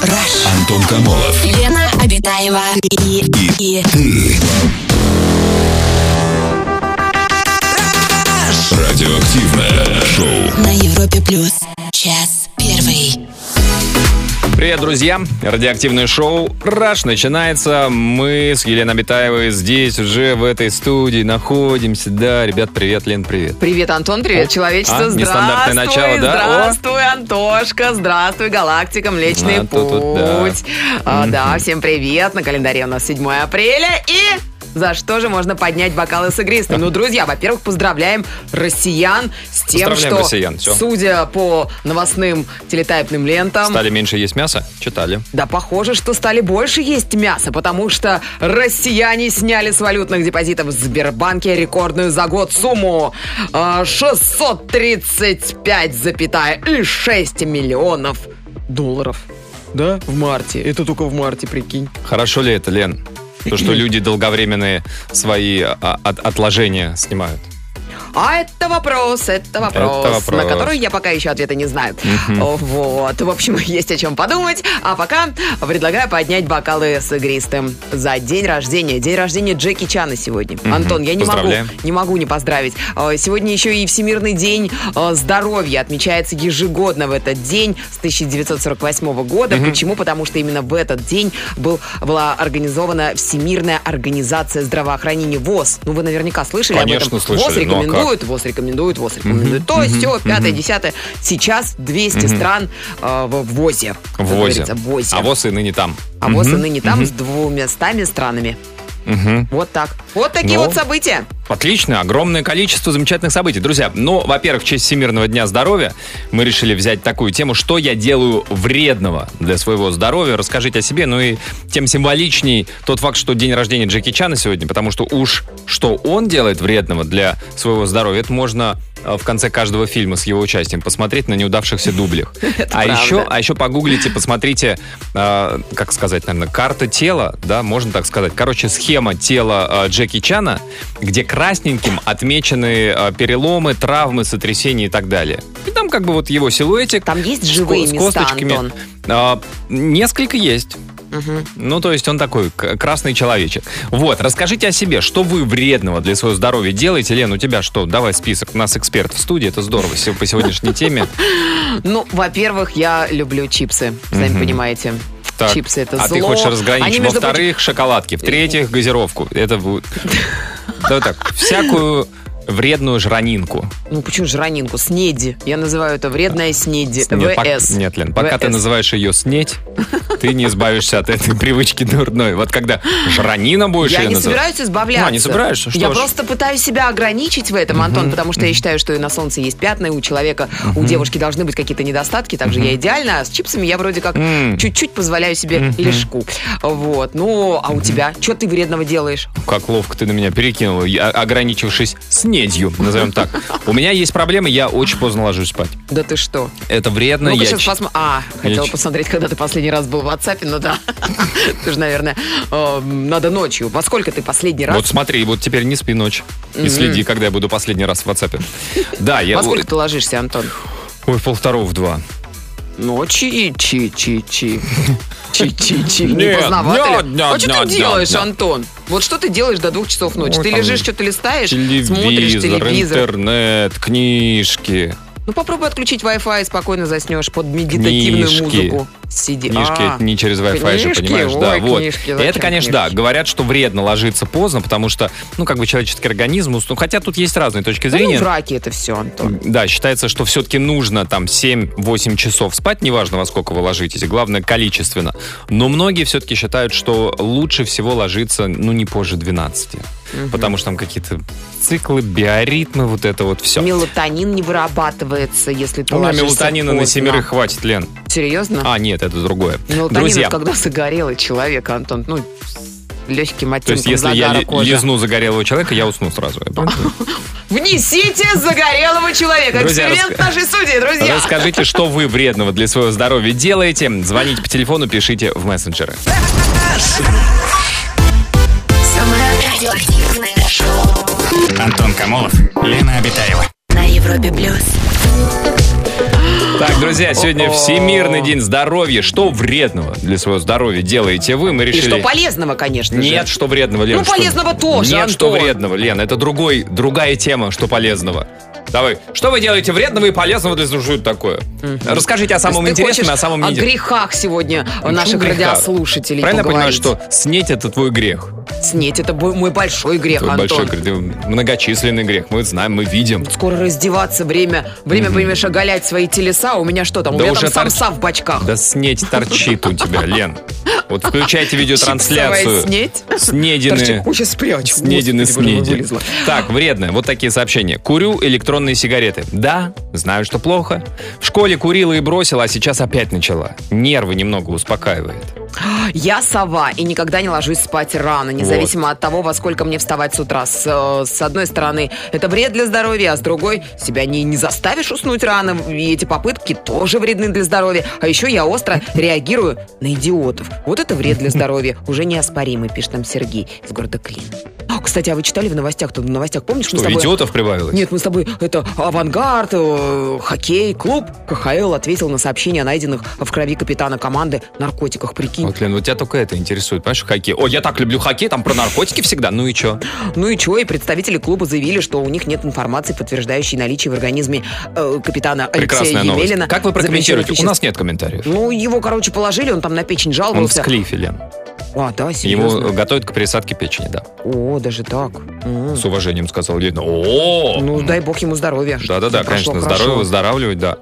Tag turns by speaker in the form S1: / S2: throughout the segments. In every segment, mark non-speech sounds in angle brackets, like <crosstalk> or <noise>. S1: Rush.
S2: Антон Камолов.
S1: Лена Обитаева и, и, и
S2: Ты. Радиоактивное шоу.
S1: на Европе плюс. Час первый.
S3: Привет, друзья! Радиоактивное шоу «Раш» начинается. Мы с Еленой Битаевой здесь уже в этой студии находимся. Да, ребят, привет, Лен, привет.
S4: Привет, Антон, привет, человечество.
S3: а, нестандартное
S4: здравствуй,
S3: начало, да? О!
S4: здравствуй, Антошка, здравствуй, галактика, Млечный
S3: А,
S4: Путь.
S3: тут вот, да.
S4: А, да, всем привет, на календаре у нас 7 апреля и... За что же можно поднять бокалы с игристым? Ну, друзья, во-первых, поздравляем россиян с тем,
S3: Поздравляем
S4: что,
S3: россиян, всё.
S4: судя по новостным телетайпным лентам,
S3: Стали меньше есть мясо? Читали.
S4: да похоже, что стали больше есть мясо, потому что россияне сняли с валютных депозитов в Сбербанке рекордную за год сумму а, 635,6 миллионов долларов. Да, в марте. Это только в марте, прикинь.
S3: Хорошо ли это, Лен? То, что люди долговременные свои а, от- отложения снимают.
S4: А это вопрос, это вопрос,
S3: Это вопрос.
S4: на который я пока еще ответа не знаю. Вот, в общем, <laughs> есть о чем подумать. А пока предлагаю поднять бокалы с игристым за день рождения. День рождения Джеки Чана сегодня. Антон, я не могу,
S3: Поздравляем.
S4: не могу не поздравить. Э, Сегодня еще и Всемирный день э, здоровья отмечается ежегодно в этот день с 1948 года. Почему? Потому что именно в этот день был, была организована Всемирная организация здравоохранения ВОЗ. Ну, вы наверняка слышали
S3: Конечно,
S4: об этом.
S3: слышали,
S4: ВОЗ
S3: ну а как?
S4: рекомендует рекомендуют, ВОЗ рекомендует, ВОЗ рекомендует. То есть все, пятое, десятое. Сейчас 200 стран э, в в ВОЗе. как
S3: В ВОЗе.
S4: говорится, в ВОЗе.
S3: А ВОЗ и ныне там.
S4: А ВОЗ и ныне там с двумястами странами.
S3: Мгм.
S4: Вот так. Вот такие
S3: Ну.
S4: вот события.
S3: Отлично, огромное количество замечательных событий. Друзья, ну, во-первых, в честь Всемирного дня здоровья мы решили взять такую тему, что я делаю вредного для своего здоровья. Расскажите о себе, ну и тем символичней тот факт, что день рождения Джеки Чана сегодня, потому что уж что он делает вредного для своего здоровья, это можно э, в конце каждого фильма с его участием посмотреть на неудавшихся дублях. А
S4: правда.
S3: еще, а еще погуглите, посмотрите, э, как сказать, наверное, карта тела, да, можно так сказать. Короче, схема тела э, Джеки Чана, где красненьким отмечены э, переломы, травмы, сотрясения и так далее. И там как бы вот его силуэтик.
S4: Там есть
S3: с ко-
S4: живые
S3: с
S4: места,
S3: косточками.
S4: Антон?
S3: А, несколько есть.
S4: Мгм.
S3: Ну, то есть он такой к- красный человечек. Вот, расскажите о себе, что вы вредного для своего здоровья делаете. Лен, у тебя что? Давай список. У нас эксперт в студии, это здорово Сё- по сегодняшней теме.
S4: Ну, во-первых, я люблю чипсы, сами
S3: Мгм.
S4: понимаете.
S3: Так,
S4: Чипсы <laughs> это
S3: а ты
S4: зло.
S3: хочешь
S4: Они,
S3: разграничить.
S4: между прочим,
S3: Во-вторых, шоколадки. В-третьих, газировку. Это
S4: <laughs>
S3: будет... Да так, всякую вредную жранинку.
S4: Ну, почему жранинку? Снеди. Я называю это вредная снеди.
S3: Нет, пок-
S4: ВС.
S3: нет, Лен, пока ты
S4: VS.
S3: называешь ее снеть, ты не избавишься от этой привычки дурной. Вот когда жранина будешь
S4: Я
S3: её
S4: не
S3: называть-
S4: собираюсь избавляться.
S3: Ну, а не собираешься? Что
S4: я
S3: ж.
S4: просто пытаюсь себя ограничить в этом, Антон, потому что я считаю, что и на солнце есть пятна, и у человека, у девушки должны быть какие-то недостатки. Также я идеальна, а с чипсами я вроде как
S3: М.
S4: чуть-чуть позволяю себе лишку. Вот. Ну, а у тебя? Что ты вредного делаешь?
S3: Как ловко ты на меня перекинула, я- а, ограничившись снедью, назовем так. У меня есть проблемы, я очень поздно ложусь спать.
S4: Да ты что?
S3: Это вредно,
S4: Ну-ка
S3: я
S4: сейчас
S3: ч-
S4: посмотрим. А, хотела
S3: ч-
S4: посмотреть, когда ты последний раз был в WhatsApp, ну да. <laughs> Ты же, наверное, э, надо ночью. Во сколько ты последний раз?
S3: Вот смотри, вот теперь не спи ночь. И следи, когда я буду последний раз в WhatsApp. Да, я...
S4: Во сколько ты ложишься, Антон?
S3: Ой, полвторого в два.
S4: Ну, Ночи чи-чи-чи. Чи-чи-чи. Не
S3: Нет,
S4: поздновато ли?
S3: нет,
S4: А
S3: нет,
S4: что ты
S3: нет,
S4: делаешь,
S3: нет.
S4: Антон? Вот что ты делаешь до двух часов ночи?
S3: Ой,
S4: Ты
S3: там
S4: лежишь, что-то листаешь, смотришь
S3: Телевизор,
S4: телевизор.
S3: интернет, книжки.
S4: Ну попробуй отключить Wi-Fi и спокойно заснешь под медитативную
S3: Книжки.
S4: музыку. Сиди.
S3: Книжки
S4: А,
S3: это не через Wi-Fi же,
S4: книжки?
S3: понимаешь? да,
S4: Ой,
S3: вот.
S4: книжки,
S3: это,
S4: зачем
S3: конечно, да.
S4: книжки?
S3: Говорят, что вредно ложиться поздно, потому что, ну, как бы человеческий организм, ус- ну, хотя тут есть разные точки
S4: Да ну,
S3: зрения.
S4: враки это все, Антон.
S3: Да, считается, что все-таки нужно там 7-8 часов спать, неважно во сколько вы ложитесь, главное количественно. Но многие все-таки считают, что лучше всего ложиться, ну, не позже 12. Потому что там какие-то циклы, биоритмы, вот это вот все.
S4: Мелатонин не вырабатывается, если ты
S3: У меня
S4: ложишься
S3: мелатонина Ну, на
S4: поздно.
S3: семерых хватит, Лен.
S4: Серьезно?
S3: А, нет, это другое.
S4: Мелатонин
S3: Друзья,
S4: это когда загорелый человек, Антон. Ну, с легким
S3: то есть
S4: оттенком
S3: если я
S4: загара
S3: ли-
S4: кожи.
S3: лизну загорелого человека, я усну сразу. Я
S4: <laughs>
S3: понял.
S4: Внесите загорелого человека.
S3: Друзья,
S4: Эксперимент
S3: раска-
S4: нашей студии, друзья.
S3: Расскажите, что вы вредного для своего здоровья делаете. Звоните по телефону, пишите в мессенджеры.
S1: Самое радиоактивное шоу
S5: Антон Камолов, Лена Обитаева.
S1: на Европе плюс.
S3: Так, друзья, сегодня Всемирный день здоровья. Что вредного для своего здоровья делаете вы? Мы
S4: И
S3: решили...
S4: что полезного, конечно же.
S3: Нет, что вредного, Лен.
S4: Ну,
S3: что-
S4: полезного тоже,
S3: Нет, что
S4: Антон.
S3: вредного, Лен. Это другой, другая тема, что полезного. Давай. Что вы делаете вредного и полезного для что это такое? Расскажите о
S4: То есть
S3: самом
S4: ты
S3: интересном и
S4: хочешь
S3: о самом
S4: о
S3: неинтересном.
S4: грехах сегодня
S3: Ну, что
S4: наших
S3: греха?
S4: радиослушателей
S3: Правильно я понимаю,
S4: поговорить.
S3: что снеть это твой грех.
S4: Снеть, это бо- мой большой грех,
S3: Твой
S4: Антон.
S3: большой грех. Ты Многочисленный грех. Мы знаем, мы видим.
S4: Скоро раздеваться, время, время, понимаешь, оголять свои телеса. У меня что там?
S3: Да
S4: у меня
S3: уже
S4: там
S3: торч-
S4: самса в бачках.
S3: Да снеть торчит у тебя, Лен. Вот включайте
S4: Чипсовая
S3: видеотрансляцию.
S4: снеть.
S3: Снедины.
S4: Ой, сейчас спрячу.
S3: Снедины
S4: Господи, боже мой,
S3: снеди.
S4: вылезла.
S3: Так, вредно. Вот такие сообщения. Курю электронные сигареты. Да, знаю, что плохо. В школе курила и бросила, а сейчас опять начала. Нервы немного успокаивает.
S4: Я сова и никогда не ложусь спать рано, независимо от того, во сколько мне вставать с утра. С, э, с одной стороны, это вред для здоровья, а с другой, себя не, не заставишь уснуть рано, и эти попытки тоже вредны для здоровья. А еще я остро реагирую на идиотов. Вот это вред для здоровья, уже неоспоримый, пишет нам Сергей из города Клин. А, кстати, а вы читали в новостях? Тут в новостях, помнишь, мы с
S3: Что,
S4: тобой...
S3: идиотов прибавилось?
S4: Нет, мы с тобой, это авангард, э, хоккей, клуб. КХЛ ответил на сообщение о найденных в крови капитана команды наркотиках. Прикинь,
S3: Вот, Лен, вот тебя только это интересует, понимаешь, хоккей. О, я так люблю хоккей, там про наркотики всегда, ну и чё?
S4: Ну и чё, и представители клуба заявили, что у них нет информации, подтверждающей наличие в организме э, капитана
S3: Прекрасная
S4: Алексея
S3: новость.
S4: Емелина.
S3: Как вы прокомментируете? У
S4: запрещенных
S3: нас нет комментариев.
S4: веществ. Ну, его, короче, положили, он там на печень
S3: Он в
S4: жаловался.
S3: склифе, Лен.
S4: а, да, серьезно?
S3: Его готовят к пересадке печени, да.
S4: О, даже так. М.
S3: С уважением сказал Лена. О!
S4: Ну, дай бог ему здоровья.
S3: Да-да-да, конечно,
S4: Прошло хорошо.
S3: здоровье выздоравливать, да.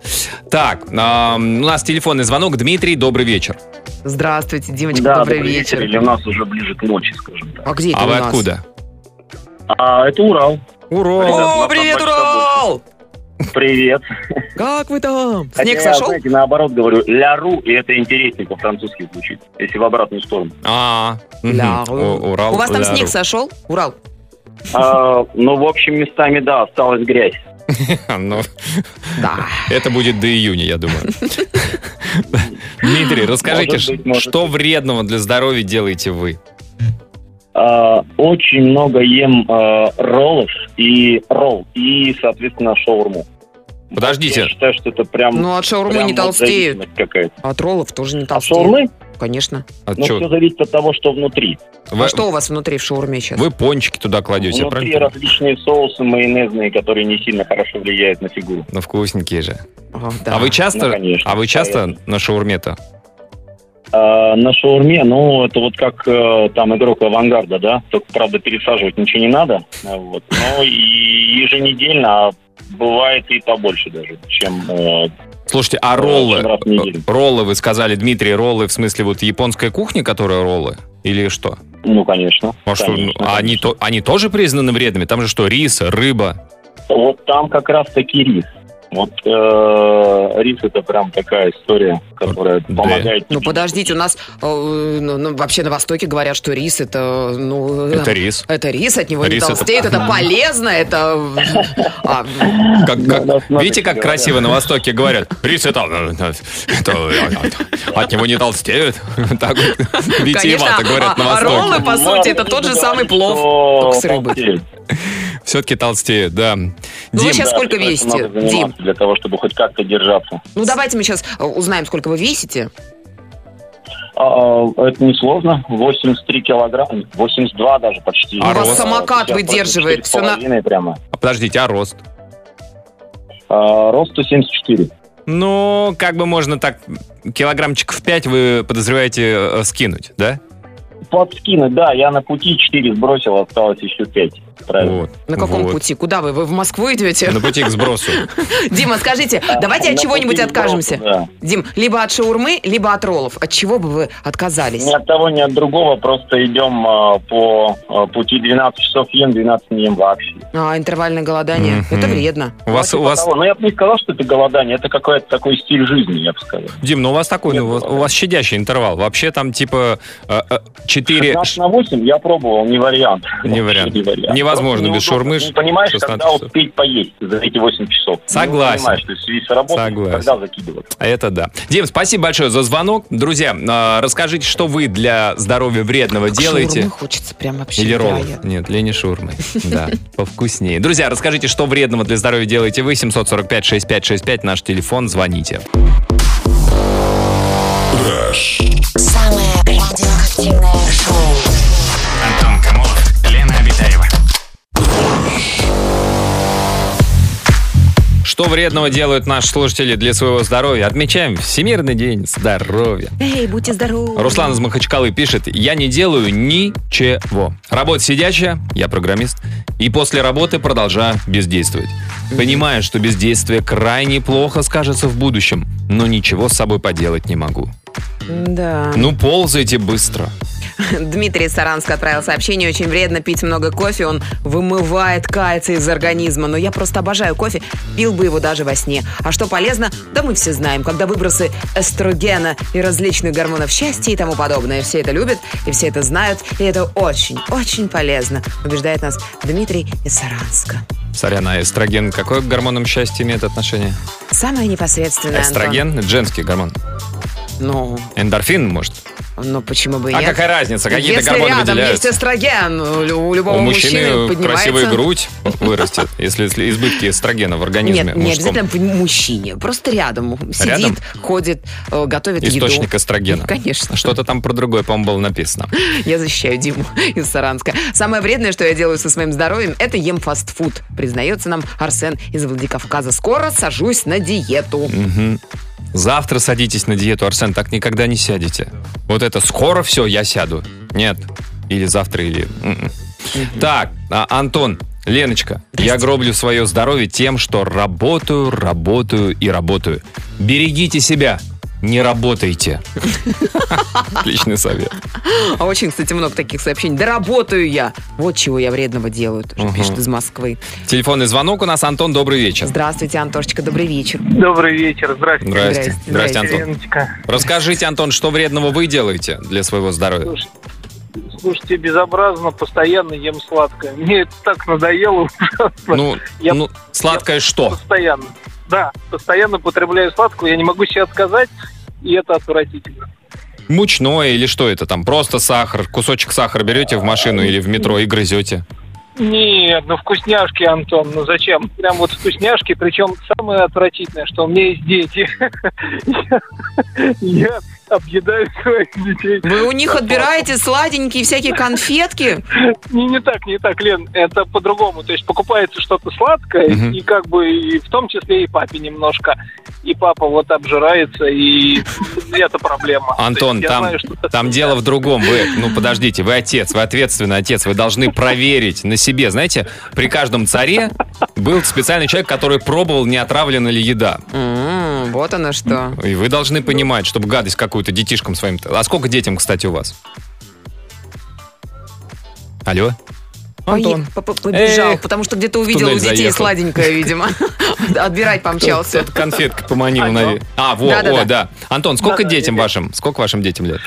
S3: Так, а, у нас телефонный звонок. Дмитрий, добрый вечер.
S4: Здравствуйте, Димочка,
S5: да,
S4: добрый, вечер.
S5: Или у нас уже ближе к ночи, скажем так.
S4: А где это
S3: А
S4: у
S3: вы
S4: нас?
S3: откуда?
S5: А, это Урал.
S4: Ура! О,
S5: Привет, Наташа,
S4: привет,
S5: Наташа,
S4: Урал!
S5: Привет.
S4: Как вы там?
S5: Хотя
S4: Снег
S5: я,
S4: сошел?
S5: знаете, наоборот говорю, ля-ру, и это интереснее по-французски звучит, если в
S4: <laughs>
S5: обратную сторону.
S3: А, мгм.
S4: Ля,
S3: О, Урал.
S4: У вас там
S3: Ля-ру.
S4: снег сошел? Урал.
S5: А, ну, в общем, местами, да, осталась грязь.
S3: <laughs> Ну,
S4: Да.
S3: Это будет до июня, я
S4: <laughs>
S3: думаю. Дмитрий, расскажите,
S5: Может
S3: ш-
S5: быть, может
S3: что вредного для здоровья делаете вы?
S5: А, очень много ем а, роллов и ролл, и, соответственно, шаурму.
S3: Подождите.
S5: Я считаю, что это прям...
S4: Ну, от шаурмы
S5: прям
S4: не
S5: вот
S4: толстеют.
S5: зависимость какая-то.
S4: А От роллов тоже не
S5: А
S4: толстеют.
S5: шаурмы?
S4: Конечно.
S3: А
S5: Ну,
S3: чё,
S5: все зависит от того, что внутри.
S3: вы-
S4: А что у вас внутри в шаурме сейчас?
S3: Вы пончики туда кладете, я
S5: Внутри
S3: правильно? понимаю?
S5: различные соусы майонезные, которые не сильно хорошо влияют на фигуру.
S3: Ну, вкусненькие же.
S4: А, да.
S3: А вы часто,
S5: Ну, конечно,
S3: а вы часто
S5: конечно.
S3: на шаурме-то?
S5: А, на шаурме, ну, это вот как э, там игрок авангарда, да? Только, правда, пересаживать ничего не надо. А, Вот. Ну, и еженедельно, а бывает и побольше даже, чем... э,
S3: Слушайте, а
S5: Да,
S3: роллы?
S5: один раз в неделю.
S3: Роллы, вы сказали, Дмитрий, роллы, в смысле, вот японская кухня, которая роллы? Или что?
S5: ну, конечно.
S3: А что,
S5: конечно,
S3: ну, а они,
S5: конечно.
S3: то, они тоже признаны вредными? Там же что, рис, рыба?
S5: Вот там как раз-таки рис. Вот э, рис это прям такая история, которая
S3: Да.
S5: помогает...
S4: Ну подождите, у нас э, ну, ну, вообще на Востоке говорят, что рис это ну э,
S3: Это рис.
S4: это рис, от него
S3: Рис
S4: не
S3: это-
S4: толстеет, это, полезно, это а,
S3: Как-
S5: Да,
S3: как-
S5: да, смотрите,
S3: видите, как
S5: говорят.
S3: красиво на Востоке говорят? Рис это... э, это- э, от него не толстеют. <laughs> Так вот
S4: конечно,
S3: витиевато говорят на
S4: а- а роллы
S5: Ну,
S3: Востоке.
S4: по сути это тот же самый плов. только с рыбой.
S5: рыбой.
S3: Все-таки толстеют, да.
S4: Ну вы
S3: Дим,
S4: сейчас сколько
S5: этим
S4: весите,
S5: надо заниматься
S4: Дим?
S5: Для того, чтобы хоть как-то держаться.
S4: Ну давайте мы сейчас э, узнаем, сколько вы весите.
S5: А, а, это несложно. 83 килограмма, 82 даже почти.
S3: А У вас рост?
S4: самокат
S5: Сейчас
S4: выдерживает,
S5: 84,5
S4: всё на-
S5: прямо.
S3: а подождите, а рост?
S5: А, рост 174.
S3: Ну, как бы можно так килограммчиков 5 вы подозреваете э, скинуть, да?
S5: Подскинуть, да, я на пути 4 сбросил, осталось еще 5. Правильно.
S3: Вот.
S4: На каком
S3: Вот. Ну.
S4: пути? Куда вы? Вы в Москву идете?
S3: На пути к сбросу.
S4: <laughs> Дима, скажите,
S5: А,
S4: давайте
S5: на
S4: от
S5: пути
S4: чего-нибудь
S5: сброса,
S4: откажемся.
S5: да.
S4: Дим, либо от шаурмы, либо от роллов. От чего бы вы отказались?
S5: Ни от того, ни от другого, просто идем а, по а, пути 12 часов ем, 12 не ем вообще.
S4: А, интервальное голодание.
S3: Мгм.
S4: Это вредно.
S3: У вас, у
S5: Типа
S3: вас,
S5: того. Но я бы не сказал, что это голодание, это какой-то такой стиль жизни, я бы сказал.
S3: Дим, ну у вас такой, ну, у вас- у вас щадящий интервал. Вообще там типа 4...
S5: 15 на 8 я пробовал, не вариант.
S3: Не
S5: Вообще
S3: вариант.
S5: Не вариант.
S3: Не невозможно без шаурмы.
S5: Не понимаешь,
S3: 16
S5: когда
S3: часов.
S5: успеть поесть за эти 8 часов.
S3: Согласен.
S5: Не понимаешь, то есть в связи с работой,
S3: Согласен.
S5: когда закидываться.
S3: А Это да. Дим, спасибо большое за звонок. Друзья, э, расскажите, что вы для здоровья вредного делаете.
S4: Шаурмы хочется прям вообще.
S3: Или
S4: да,
S3: роллов.
S4: я-
S3: Нет, лени шурмы. <laughs> Да, повкуснее. Друзья, расскажите, что вредного для здоровья делаете вы. 745-6565, наш телефон, звоните.
S1: Самое радиоактивное шоу.
S6: Антон Камолов, Лена Обитаева.
S3: Что вредного делают наши слушатели для своего здоровья? Отмечаем Всемирный день здоровья.
S4: Эй, будьте здоровы.
S3: Руслан из Махачкалы пишет, я не делаю ничего. Работа сидячая, я программист, и после работы продолжаю бездействовать. Понимаю, что бездействие крайне плохо скажется в будущем, но ничего с собой поделать не могу.
S4: Да.
S3: Ну, ползайте быстро.
S4: Дмитрий из Саранска отправил сообщение. Очень вредно пить много кофе. Он вымывает кальций из организма. Но я просто обожаю кофе. Пил бы его даже во сне. А что полезно? Да мы все знаем. Когда выбросы эстрогена и различных гормонов счастья и тому подобное. Все это любят и все это знают. И это очень, очень полезно. Убеждает нас Дмитрий из Саранска.
S3: Сорян, а эстроген какой к гормонам счастья имеет отношение?
S4: Самое непосредственное, Антон.
S3: Эстроген – женский гормон.
S4: Ну,
S3: Эндорфин, может?
S4: ну почему бы и
S3: А
S4: нет?
S3: какая разница, какие-то
S4: Если
S3: гормоны
S4: рядом
S3: выделяются?
S4: есть эстроген, у лю- у любого
S3: У
S4: мужчины,
S3: мужчины
S4: поднимается...
S3: красивая грудь вырастет, если если избытки эстрогена в организме
S4: Нет, не
S3: мужском.
S4: обязательно в мужчине. Просто рядом сидит,
S3: Рядом?
S4: ходит, э, готовит
S3: Источник
S4: еду.
S3: эстрогена.
S4: <laughs> Конечно.
S3: Что-то там про другое, по-моему, было написано.
S4: Я защищаю Диму <laughs> из Саранска. Самое вредное, что я делаю со своим здоровьем, это ем фастфуд. Признается нам Арсен из Владикавказа. Скоро сажусь на диету.
S3: Мгм. Завтра садитесь на диету, Арсен, так никогда не сядете. Вот это скоро все, я сяду. Нет. Или завтра, или... м-м. Так, а, Антон, Леночка, я гроблю свое здоровье тем, что работаю, работаю и работаю. Берегите себя, не
S4: <laughs>
S3: работайте. Отличный совет.
S4: А очень, кстати, много таких сообщений. Да работаю я. Вот чего я вредного делаю, тоже
S3: Мгм.
S4: пишет из Москвы.
S3: Телефонный звонок у нас. Антон, добрый вечер.
S4: Здравствуйте, Антошечка, добрый вечер.
S7: Добрый вечер, здравствуйте.
S3: Здрасте.
S4: Здрасте.
S3: Здрасте, Антон.
S7: Леночка.
S3: Расскажите, Антон, что вредного вы делаете для своего здоровья?
S7: Слушайте, слушайте, безобразно, постоянно ем сладкое. Мне это так надоело <laughs> ужасно.
S3: Ну,
S7: Я-
S3: ну, сладкое что?
S7: Постоянно. Да, постоянно потребляю сладкое, я не могу себе отказать, и это отвратительно.
S3: Мучное или что это там? Просто сахар, кусочек сахара берете в машину или в метро и грызете?
S7: Нет, ну вкусняшки, Антон, ну зачем? Прям вот вкусняшки, причем самое отвратительное, что у меня есть дети. <laughs> Я- Я объедаю своих детей.
S4: Вы у них отбираете сладенькие всякие конфетки?
S7: Не, не так, не так, Лен, это по-другому. То есть покупается что-то сладкое,
S3: Мгм.
S7: и как бы и в том числе и папе немножко. И папа вот обжирается, и <laughs> это проблема.
S3: Антон,
S7: То есть я
S3: там-
S7: знаю, что это
S3: Там
S7: всегда.
S3: дело в другом. Вы,
S7: <laughs>
S3: ну подождите, вы отец, вы ответственный отец, вы должны проверить на себе. Знаете, при каждом царе был специальный человек, который пробовал, не отравлена ли еда.
S4: М, Вот оно что.
S3: И вы должны понимать, чтобы гадость какую-то детишкам своим... А сколько детям, кстати, у вас? Алло? Антон.
S4: Пое- по- по- Побежал,
S3: Эх,
S4: потому что где-то увидел у
S3: туннель
S4: детей
S3: заехал. <laughs>
S4: сладенькое, видимо. Отбирать помчался.
S3: Кто-то конфеткой поманил,
S7: Алло.
S3: наверное. А, во,
S4: Да-да-да.
S3: о, да. Антон, сколько
S7: Да-да,
S3: детям
S7: привет.
S3: вашим? Сколько вашим детям лет?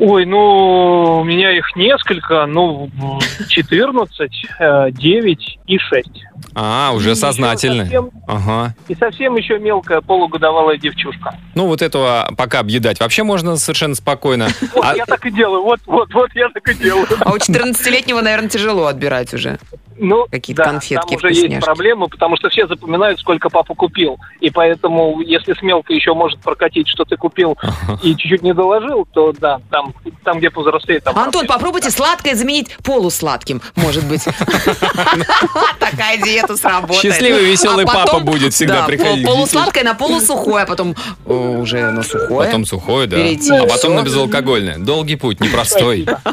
S7: Ой, ну, у меня их несколько, ну, <laughs> 14, э, 9 и 6.
S3: А, уже
S7: И
S3: сознательно.
S7: еще совсем-
S3: Ага.
S7: И совсем еще мелкая полугодовалая девчушка.
S3: Ну, вот этого пока объедать вообще можно совершенно
S4: <laughs>
S3: спокойно.
S7: Вот
S3: А-
S7: я так и делаю, вот, вот, вот я так и делаю.
S4: А у 14-летнего, наверное, тяжело отбирать уже.
S7: Ну,
S4: Какие-то конфетки,
S7: там уже
S4: вкусняшки.
S7: есть проблемы, потому что все запоминают, сколько папа купил. И поэтому, если с мелкой еще может прокатить, что ты купил
S3: Ага.
S7: и чуть-чуть не доложил, то да, там, там где повзрослее, там...
S4: Антон, попробуйте сладкое заменить полусладким, может быть. <laughs> Такая диета сработает.
S3: Счастливый, веселый
S4: А потом-
S3: папа будет всегда
S4: да,
S3: приходить к
S4: пол- Полусладкое на полусухое, а потом э, уже на сухое.
S3: Потом сухое, да.
S4: Перейти
S3: А
S4: в
S3: потом на
S4: сок.
S3: безалкогольное. Долгий путь, непростой. <laughs>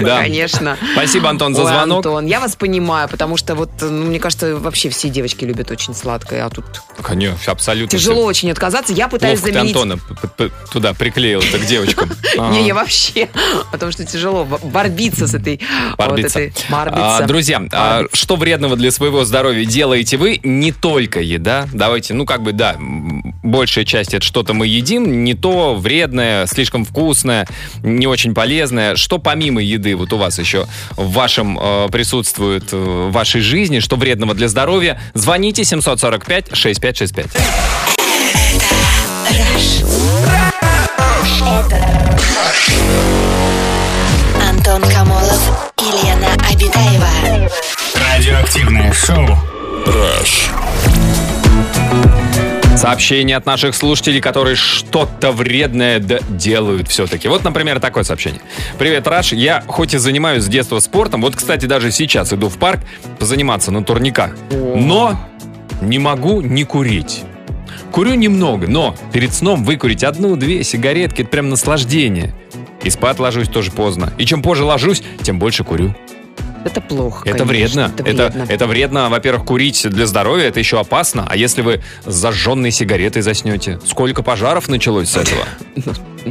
S3: Да.
S4: Конечно.
S3: <laughs> Спасибо, Антон, за
S4: Ой,
S3: звонок.
S4: Антон, я вас понимаю, потому что вот, ну, мне кажется, вообще все девочки любят очень сладкое, а тут
S3: Конечно, абсолютно.
S4: тяжело очень отказаться. Я
S3: всё.
S4: пытаюсь
S3: Ловко ты
S4: заменить...
S3: Антона п- п- туда приклеил, это к девочкам. Ага.
S4: <laughs> Не, я вообще, <laughs> потому что тяжело бо- борбиться с этой...
S3: Барбица.
S4: Вот этой, барбиться.
S3: А, друзья, а,
S4: Барбица.
S3: что вредного для своего здоровья делаете вы? Не только еда. Давайте, ну как бы да, м, большая часть это что-то мы едим, не то вредное, слишком вкусное, не очень полезное. Что помимо еды вот у вас еще в вашем э, присутствует э, в вашей жизни, что вредного для здоровья? Звоните 745 6565.
S1: Антон Камолов и Лена Обитаева.
S6: Радиоактивное шоу.
S3: Сообщение от наших слушателей, которые что-то вредное д- делают все-таки. Вот, например, такое сообщение. Привет, Раш. Я хоть и занимаюсь с детства спортом, вот, кстати, даже сейчас иду в парк позаниматься на турниках, но не могу не курить. Курю немного, но перед сном выкурить одну-две сигаретки – это прям наслаждение. И спать ложусь тоже поздно. И чем позже ложусь, тем больше курю.
S4: Это плохо,
S3: Это
S4: конечно,
S3: вредно. Это, это, вредно, во-первых, курить для здоровья, это еще опасно. А если вы с зажженной сигаретой заснете? Сколько пожаров началось с этого?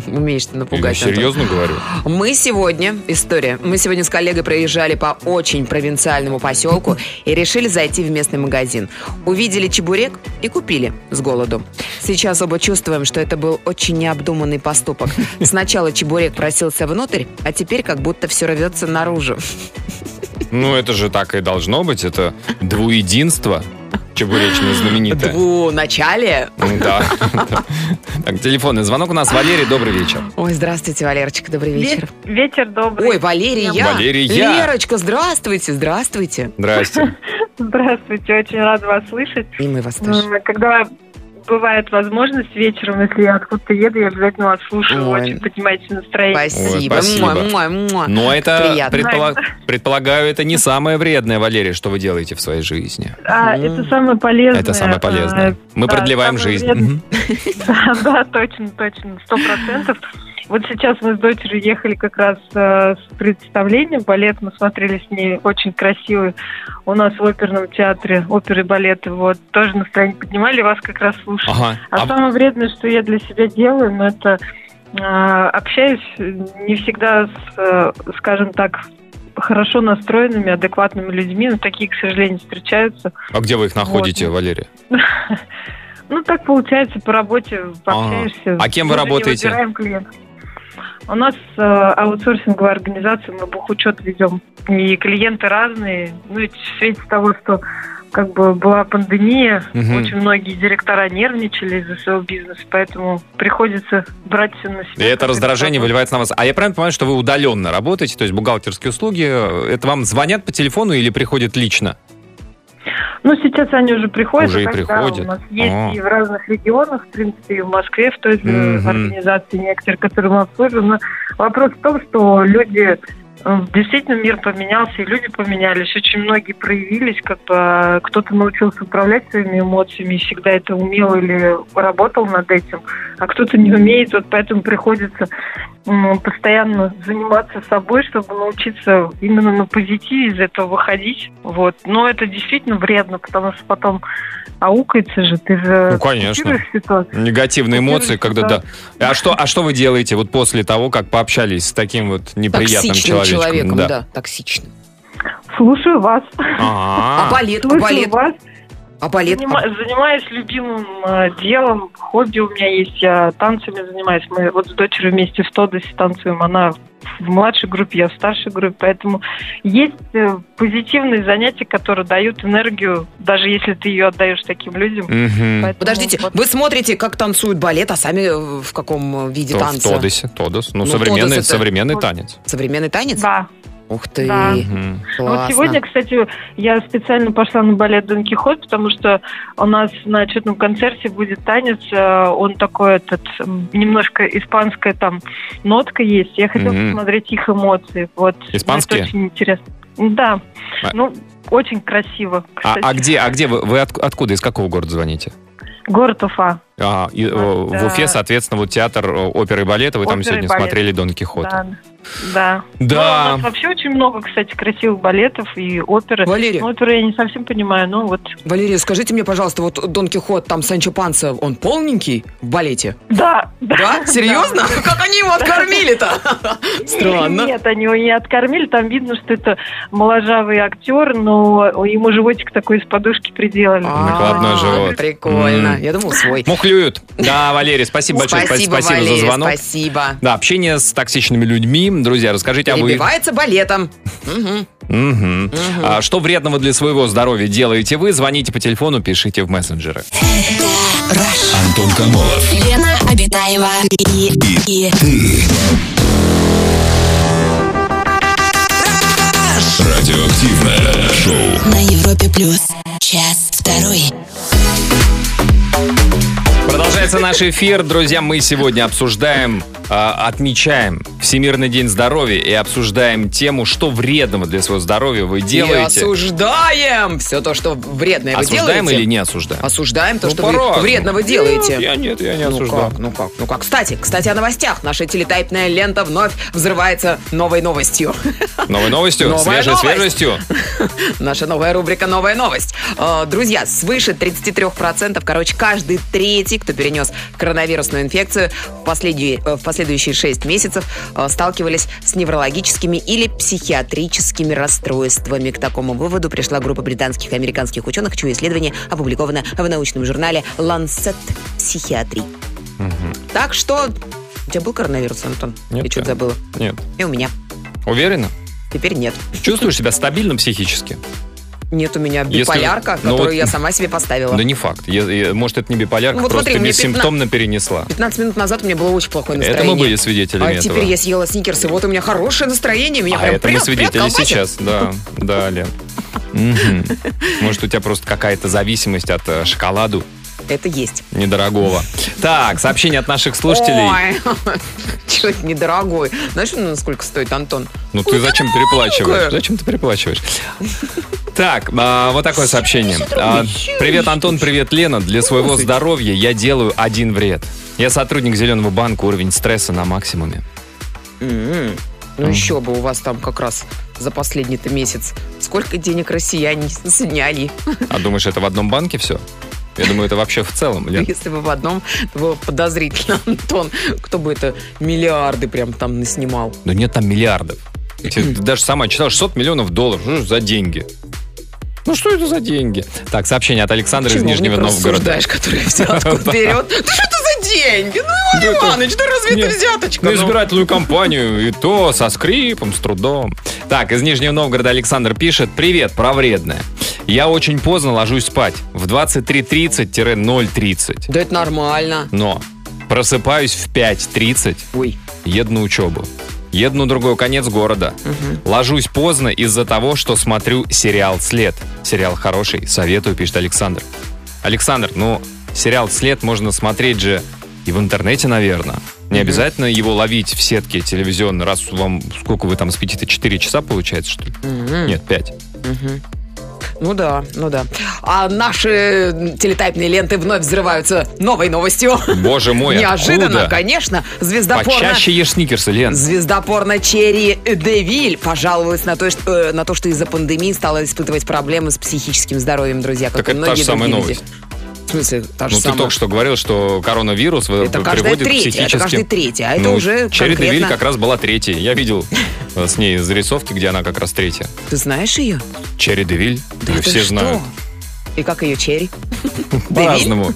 S4: Умеешь ты
S3: Я
S4: напугать, Антон.
S3: серьезно говорю.
S4: Мы сегодня, история, мы сегодня с коллегой проезжали по очень провинциальному поселку и решили зайти в местный магазин. Увидели чебурек и купили с голоду. Сейчас оба чувствуем, что это был очень необдуманный поступок.
S3: <laughs>
S4: Сначала чебурек просился внутрь, а теперь как будто все рвется наружу.
S3: Ну, это же так и должно быть. Это двуединство чебуречное знаменитое.
S4: В начале.
S3: <laughs> Да. Так, телефонный звонок у нас. Валерий, добрый вечер.
S4: Ой, здравствуйте, Валерочка, добрый вечер.
S8: Вечер добрый.
S4: Ой, Валерия.
S3: Валерия.
S4: Лерочка, здравствуйте, здравствуйте.
S3: Здрасте.
S8: Здравствуйте, очень рад вас слышать.
S4: И мы вас тоже.
S8: М, Когда бывает возможность вечером, если я откуда-то еду, я обязательно вас слушаю,
S4: Ой.
S8: очень поднимаете настроение.
S4: Спасибо.
S3: Ой, спасибо. Ну,
S4: Муа, муа, муа.
S3: Но это,
S4: Приятно.
S3: предпола- предполагаю, это не самое вредное, Валерий, что вы делаете в своей жизни.
S8: А,
S4: М.
S8: это самое полезное.
S3: Это самое полезное. Мы
S8: да,
S3: продлеваем
S8: Э, самое
S3: жизнь.
S8: вредное.
S3: Мгм.
S8: А, <laughs> Да, да, точно, точно, сто процентов. Вот сейчас мы с дочерью ехали как раз э, с представлением. Балет мы смотрели с ней очень красивый. У нас в оперном театре оперы и балет. Вот тоже настроение поднимали, вас как раз слушали.
S3: Ага.
S8: А,
S3: А
S8: самое вредное, что я для себя делаю, ну, это э, общаюсь не всегда с, э, скажем так, хорошо настроенными, адекватными людьми. Но такие, к сожалению, встречаются.
S3: а где вы их находите,
S8: Вот.
S3: Валерий?
S8: <laughs> Ну, так получается, по работе пообщаешься.
S3: А кем вы
S8: Мы же не
S3: работаете?
S8: выбираем клиентов. У нас э, аутсорсинговая организация, мы бухучет ведем. И клиенты разные. Ну, и в свете того, что как бы была пандемия,
S3: Мгм.
S8: очень многие директора нервничали из-за своего бизнеса, поэтому приходится брать все на
S3: И
S8: себя.
S3: это раздражение
S8: Как-то
S3: выливается на вас. А я правильно понимаю, что вы удаленно работаете, то есть бухгалтерские услуги, э, это вам звонят по телефону или приходят лично?
S8: Ну, сейчас они уже приходят.
S3: Уже и
S8: а когда
S3: приходят.
S8: У нас есть
S3: А.
S8: и в разных регионах, в принципе, и в Москве, в той же
S3: Мгм.
S8: организации некоторые, которые мы обслуживаем. Но вопрос в том, что люди... э, Действительно, мир поменялся, и люди поменялись. Очень многие проявились, как бы э, кто-то научился управлять своими эмоциями, и всегда это умел или работал над этим, а кто-то не умеет, вот поэтому приходится м, постоянно заниматься собой, чтобы научиться именно на позитиве из этого выходить. Вот. Но это действительно вредно, потому что потом аукается же, ты же
S3: Ну, конечно.
S8: фиксируешь ситуацию.
S3: Негативные эмоции,
S8: Э, Во-первых,
S3: когда да.
S8: да.
S3: А что, а что вы делаете вот после того, как пообщались с таким вот неприятным
S4: Токсичным
S3: человечком?
S4: человеком, да, токсичным.
S8: Слушаю вас.
S3: А,
S4: А балет, а
S8: Слушаю
S4: балет,
S8: вас.
S4: а балет.
S8: Занима- Занимаюсь любимым э, делом. Хобби у меня есть. Я танцами занимаюсь. Мы вот с дочерью вместе в Тодосе танцуем. Она в младшей группе, я в старшей группе. Поэтому есть э, позитивные занятия, которые дают энергию, даже если ты ее отдаешь таким людям.
S3: М-м. мгм.
S8: Поэтому
S4: Подождите,
S8: вот-
S4: вы смотрите, как танцуют балет, а сами э, в каком э, виде
S3: То- в
S4: танца?
S3: Тодосе, Тодос. Ну,
S4: Ну,
S3: современный,
S4: Тодос это-
S3: современный танец.
S4: Современный танец?
S8: Да.
S4: Ух ты,
S8: Да.
S3: Мгм.
S4: классно.
S8: А Вот сегодня, кстати, я специально пошла на балет Дон Кихот, потому что у нас на отчетном концерте будет танец, э, он такой этот, м, немножко испанская там нотка есть. Я хотела
S3: Мгм.
S8: посмотреть их эмоции. Вот.
S3: Испанские?
S8: Это очень интересно. Да.
S3: А-
S8: Ну, очень красиво,
S3: А,
S8: кстати.
S3: а где, а где вы, вы от- откуда, из какого города звоните?
S8: Город Уфа.
S3: А, и, э,
S8: Вот,
S3: в Уфе,
S8: э,
S3: соответственно, вот театр э, оперы и балета. Вы там
S8: оперы и
S3: сегодня
S8: балет.
S3: смотрели Дон Кихота.
S8: Да. Да.
S3: Да.
S8: Ну, у нас вообще очень много, кстати, красивых балетов и оперы.
S4: Валерия.
S8: Ну, оперы я не совсем понимаю, но вот...
S4: Валерия, скажите мне, пожалуйста, вот Дон Кихот, там Санчо Панса, он полненький в балете?
S8: <laughs> Да,
S4: Да? Серьезно? Как они его
S8: <laughs>
S4: откормили-то? Странно.
S8: Нет, они его не откормили. Там видно, что это моложавый актер, но ему животик такой из подушки приделали.
S3: Накладной
S4: А,
S3: живот.
S4: Прикольно.
S3: М.
S4: Я думал, свой.
S3: Мухлюют. Да, Валерий, спасибо большое.
S4: Спасибо,
S3: спа- спасибо за
S4: Валерия,
S3: звонок.
S4: спасибо.
S3: Да, общение с токсичными людьми. Друзья, расскажите об их...
S4: Перебивается балетом. Мгм.
S3: Мгм. А что вредного для своего здоровья делаете вы? Звоните по телефону, пишите в мессенджеры.
S2: Антон Камолов.
S1: Лена Обитаева и, и,
S2: Радиоактивное шоу.
S1: на Европе плюс. Час второй.
S3: Продолжается наш эфир. Друзья, мы сегодня обсуждаем, а, отмечаем Всемирный день здоровья и обсуждаем тему, что вредного для своего здоровья вы
S4: И
S3: делаете.
S4: осуждаем все то, что вредное вы
S3: Осуждаем
S4: делаете.
S3: или не осуждаем?
S4: Осуждаем то,
S3: Ну,
S4: что вы
S3: по-разному.
S4: вредно вы делаете.
S3: Я нет, я не
S4: Ну
S3: осуждаю.
S4: как, ну как, ну как. Кстати, кстати, о новостях. Наша телетайпная лента вновь взрывается новой новостью. <laughs>
S3: Новой новостью,
S4: Новая
S3: свежей
S4: новость. <laughs>
S3: свежестью.
S4: Наша новая рубрика «Новая новость». Э, Друзья, свыше 33%, короче, каждый третий, кто перенес коронавирусную инфекцию в, последние, э, в последующие 6 месяцев, э, сталкивались с неврологическими или психиатрическими расстройствами. К такому выводу пришла группа британских и американских ученых, чье исследование опубликовано в научном журнале Lancet Psychiatry. Так что... У тебя был коронавирус, Антон?
S3: Нет,
S4: Я что-то
S3: да.
S4: забыла.
S3: Нет.
S4: И у меня.
S3: Уверена?
S4: Теперь нет.
S3: Чувствуешь себя стабильно психически?
S4: Нет у меня
S3: Если-
S4: биполярка,
S3: ну
S4: которую
S3: вот-
S4: я сама себе поставила.
S3: Да не факт. Е- е- Может, это не биполярка,
S4: Ну вот
S3: просто
S4: смотри, мне
S3: бессимптомно перенесла.
S4: 15 минут назад у меня было очень плохое
S3: Это
S4: настроение.
S3: мы были свидетелями
S4: А
S3: этого.
S4: теперь я съела сникерсы, вот у меня хорошее настроение, меня
S3: а
S4: прям
S3: это мы
S4: прет,
S3: свидетели
S4: прет, колбасит.
S3: сейчас, да, да, Лен. Мгм. Может, у тебя просто какая-то зависимость от э, шоколаду
S4: Это есть.
S3: недорогого. Так, сообщение от наших слушателей.
S4: Ой, <laughs> чё это недорогой. Знаешь, ну, сколько стоит, Антон?
S3: Ну ты зачем
S4: Какое?
S3: переплачиваешь? Зачем ты переплачиваешь? Так, а, вот такое сообщение. А, Привет, Антон, привет, Лена. Для своего здоровья я делаю один вред. Я сотрудник Зеленого банка, уровень стресса на максимуме.
S4: М-м. Ну еще бы у вас там как раз за последний-то месяц. Сколько денег россияне <laughs> сняли?
S3: А думаешь, это в одном банке все? Я думаю, это вообще в целом, Лен.
S4: <laughs> Если бы в одном, это было подозрительно, <laughs> Антон. Кто бы это миллиарды прям там наснимал?
S3: Да нет там миллиардов. Ты даже сама читала 600 миллионов долларов. Что ж за деньги? Ну что это за деньги? Так, сообщение от Александра из
S4: Чего
S3: Нижнего
S4: мне
S3: Новгорода.
S4: рассуждаешь,
S3: <laughs>
S4: который взятку вперед? Да что это за деньги? Ну,
S3: Да
S4: Иван
S3: это-
S4: Иванович, да разве это
S3: Нет.
S4: взяточка?
S3: На
S4: Ну.
S3: избирательную кампанию и то со скрипом, с трудом. Так, из Нижнего Новгорода Александр пишет. Привет, про вредное. Я очень поздно ложусь спать. В 23.30-0.30.
S4: Да это нормально.
S3: Но просыпаюсь в 5.30,
S4: Ой.
S3: еду на учебу. Еду на другой конец города. Ложусь поздно из-за того, что смотрю сериал «След». Сериал хороший, советую, пишет Александр. Александр, ну, сериал «След» можно смотреть же и в интернете, наверное. Не обязательно его ловить в сетке телевизионной, раз вам, сколько вы там спите-то, 4 часа получается, что ли?
S4: Мгм.
S3: Нет, 5.
S4: Мгм. Ну да, ну да. А наши телетайпные ленты вновь взрываются новой новостью.
S3: Боже мой,
S4: Неожиданно,
S3: откуда?
S4: конечно. Звезда порно...
S3: Почаще ешь сникерсы, Лен.
S4: Звезда порно Черри Девиль пожаловалась на то, что, э, на то, что из-за пандемии стала испытывать проблемы с психическим здоровьем, друзья, как
S3: Так
S4: и
S3: это та
S4: многие
S3: же самая
S4: другие люди.
S3: новость.
S4: В смысле, та же
S3: Ну, ты
S4: самая.
S3: только что говорил, что коронавирус э,
S4: Это каждая
S3: приводит к
S4: третья, это каждый
S3: психическим...
S4: третий, а это
S3: Ну,
S4: уже
S3: Черри
S4: конкретно...
S3: Девиль как раз была третьей. Я видел э, с ней зарисовки, где она как раз третья.
S4: Ты знаешь ее?
S3: Черри Девиль.
S4: Да
S3: Ее
S4: ты
S3: все
S4: что?
S3: знают.
S4: И как ее черри? <laughs>
S3: По-разному.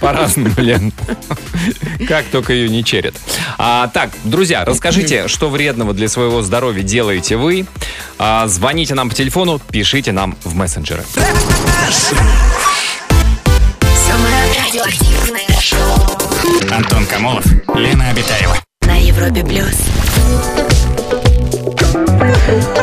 S3: По-разному, Лен. Как только ее не черят. А, так, друзья, расскажите, что вредного для своего здоровья делаете вы. А, звоните нам по телефону, пишите нам в мессенджеры.
S1: Самое радиоактивное шоу
S6: Антон Камолов, Лена Обитаева.
S1: на Европе плюс.